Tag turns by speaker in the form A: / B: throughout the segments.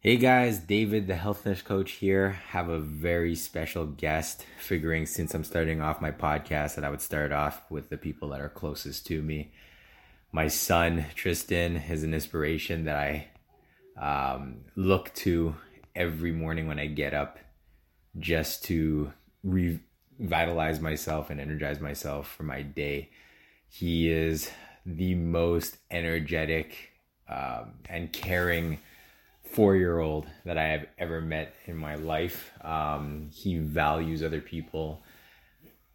A: Hey guys, David, the healthness coach here. Have a very special guest. Figuring since I'm starting off my podcast that I would start off with the people that are closest to me. My son Tristan is an inspiration that I um, look to every morning when I get up, just to revitalize myself and energize myself for my day. He is the most energetic um, and caring four year old that I have ever met in my life. Um, he values other people.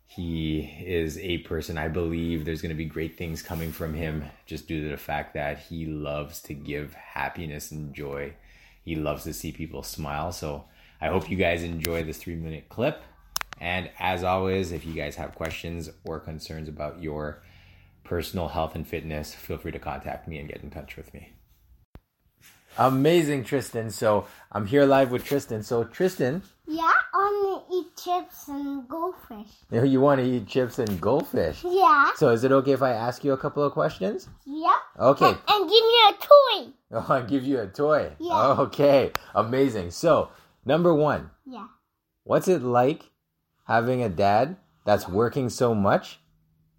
A: He is a person I believe there's going to be great things coming from him just due to the fact that he loves to give happiness and joy. He loves to see people smile. So I hope you guys enjoy this three minute clip. And as always, if you guys have questions or concerns about your personal health and fitness, feel free to contact me and get in touch with me. Amazing, Tristan. So I'm here live with Tristan. So Tristan,
B: Yeah, I'm gonna eat chips and goldfish.
A: you know, you want to eat chips and goldfish.
B: Yeah.
A: So is it okay if I ask you a couple of questions?
B: Yep.
A: Okay.
B: And, and give me a toy.
A: Oh, I give you a toy.
B: Yeah.
A: Okay. Amazing. So number one,
B: Yeah.
A: what's it like having a dad that's working so much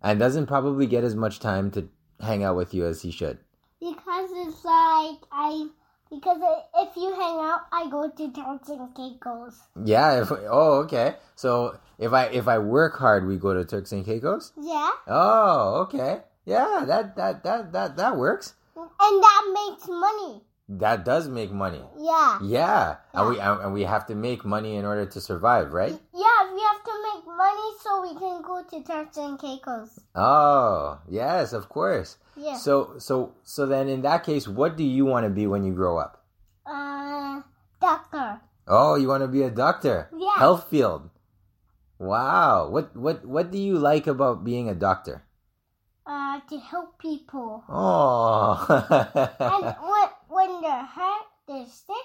A: and doesn't probably get as much time to hang out with you as he should?
B: Because it's like I because i- if you hang out, I go to Town's and Keiko's.
A: Yeah. If, oh, okay. So if I if I work hard, we go to Turks and Caicos.
B: Yeah.
A: Oh, okay. Yeah, that that that that that works.
B: And that makes money.
A: That does make money.
B: Yeah.
A: Yeah, and we and and we have to make money in order to survive, right?
B: Yeah, we have to make money so we can go to Town's and Keiko's.
A: Oh, yes, of course.
B: Yeah.
A: So so so then in that case, what do you want to be when you grow up?
B: uh, doctor.
A: Oh, you want to be a doctor.
B: Yeah.
A: Health field. Wow. What what what do you like about being a doctor?
B: Uh, to help people. and
A: Oh.
B: when, when they're hurt, they're sick,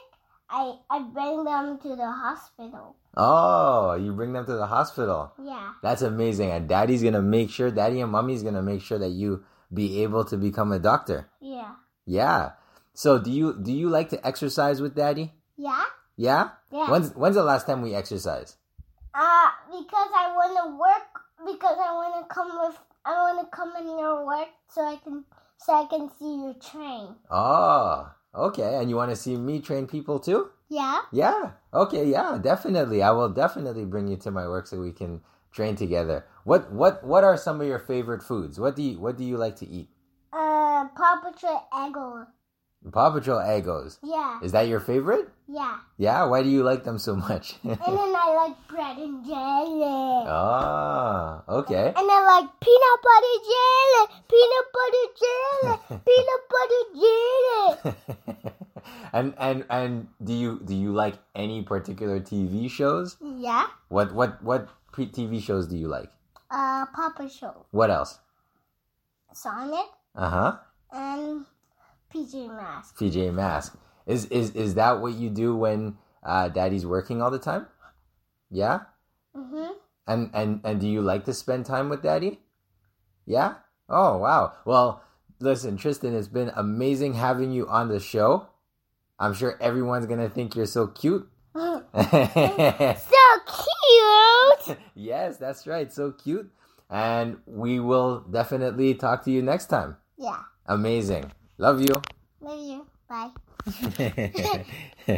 B: I, I bring them to the hospital.
A: oh, you bring them to the hospital.
B: Yeah.
A: That's amazing. And daddy's going to make sure, daddy and mommy's going to make sure that you be able to become a doctor.
B: Yeah.
A: Yeah. So do you do you like to exercise with daddy?
B: Yeah?
A: Yeah?
B: Yeah.
A: When's when's the last time we exercised?
B: uh, because I want to work, because I want to come with, I want to come in your work so I can, so I can see your train.
A: Oh, okay. And you want to see me train people too?
B: Yeah?
A: Yeah. Okay, yeah, definitely. I will definitely bring you to my work so we can train together. What what what are some of your favorite foods? What do you what do you like to eat?
B: Uh, Paw Patrol Eggo.
A: Paw Patrol Eggos.
B: Yeah.
A: Is that your favorite?
B: Yeah.
A: Yeah, why do you like them so much?
B: And then I like bread and jelly.
A: Uh. oh, okay.
B: And I like peanut butter jelly, peanut butter jelly, peanut butter jelly.
A: and and and do you do you like any particular TV shows?
B: Yeah.
A: What what what pre- TV shows do you like?
B: Uh, Papa Show,
A: What else?
B: Sonic,
A: Uh huh.
B: and PJ Masks.
A: PJ Mask. Is is is that what you do when uh, Daddy's working all the time? Yeah.
B: Mhm.
A: And and and do you like to spend time with Daddy? Yeah. Oh wow. Well, listen, Tristan, it's been amazing having you on the show. I'm sure everyone's gonna think you're so cute.
B: so cute.
A: yes, that's right. So cute. And we will definitely talk to you next time.
B: Yeah.
A: Amazing. Love you.
B: Love you. Bye.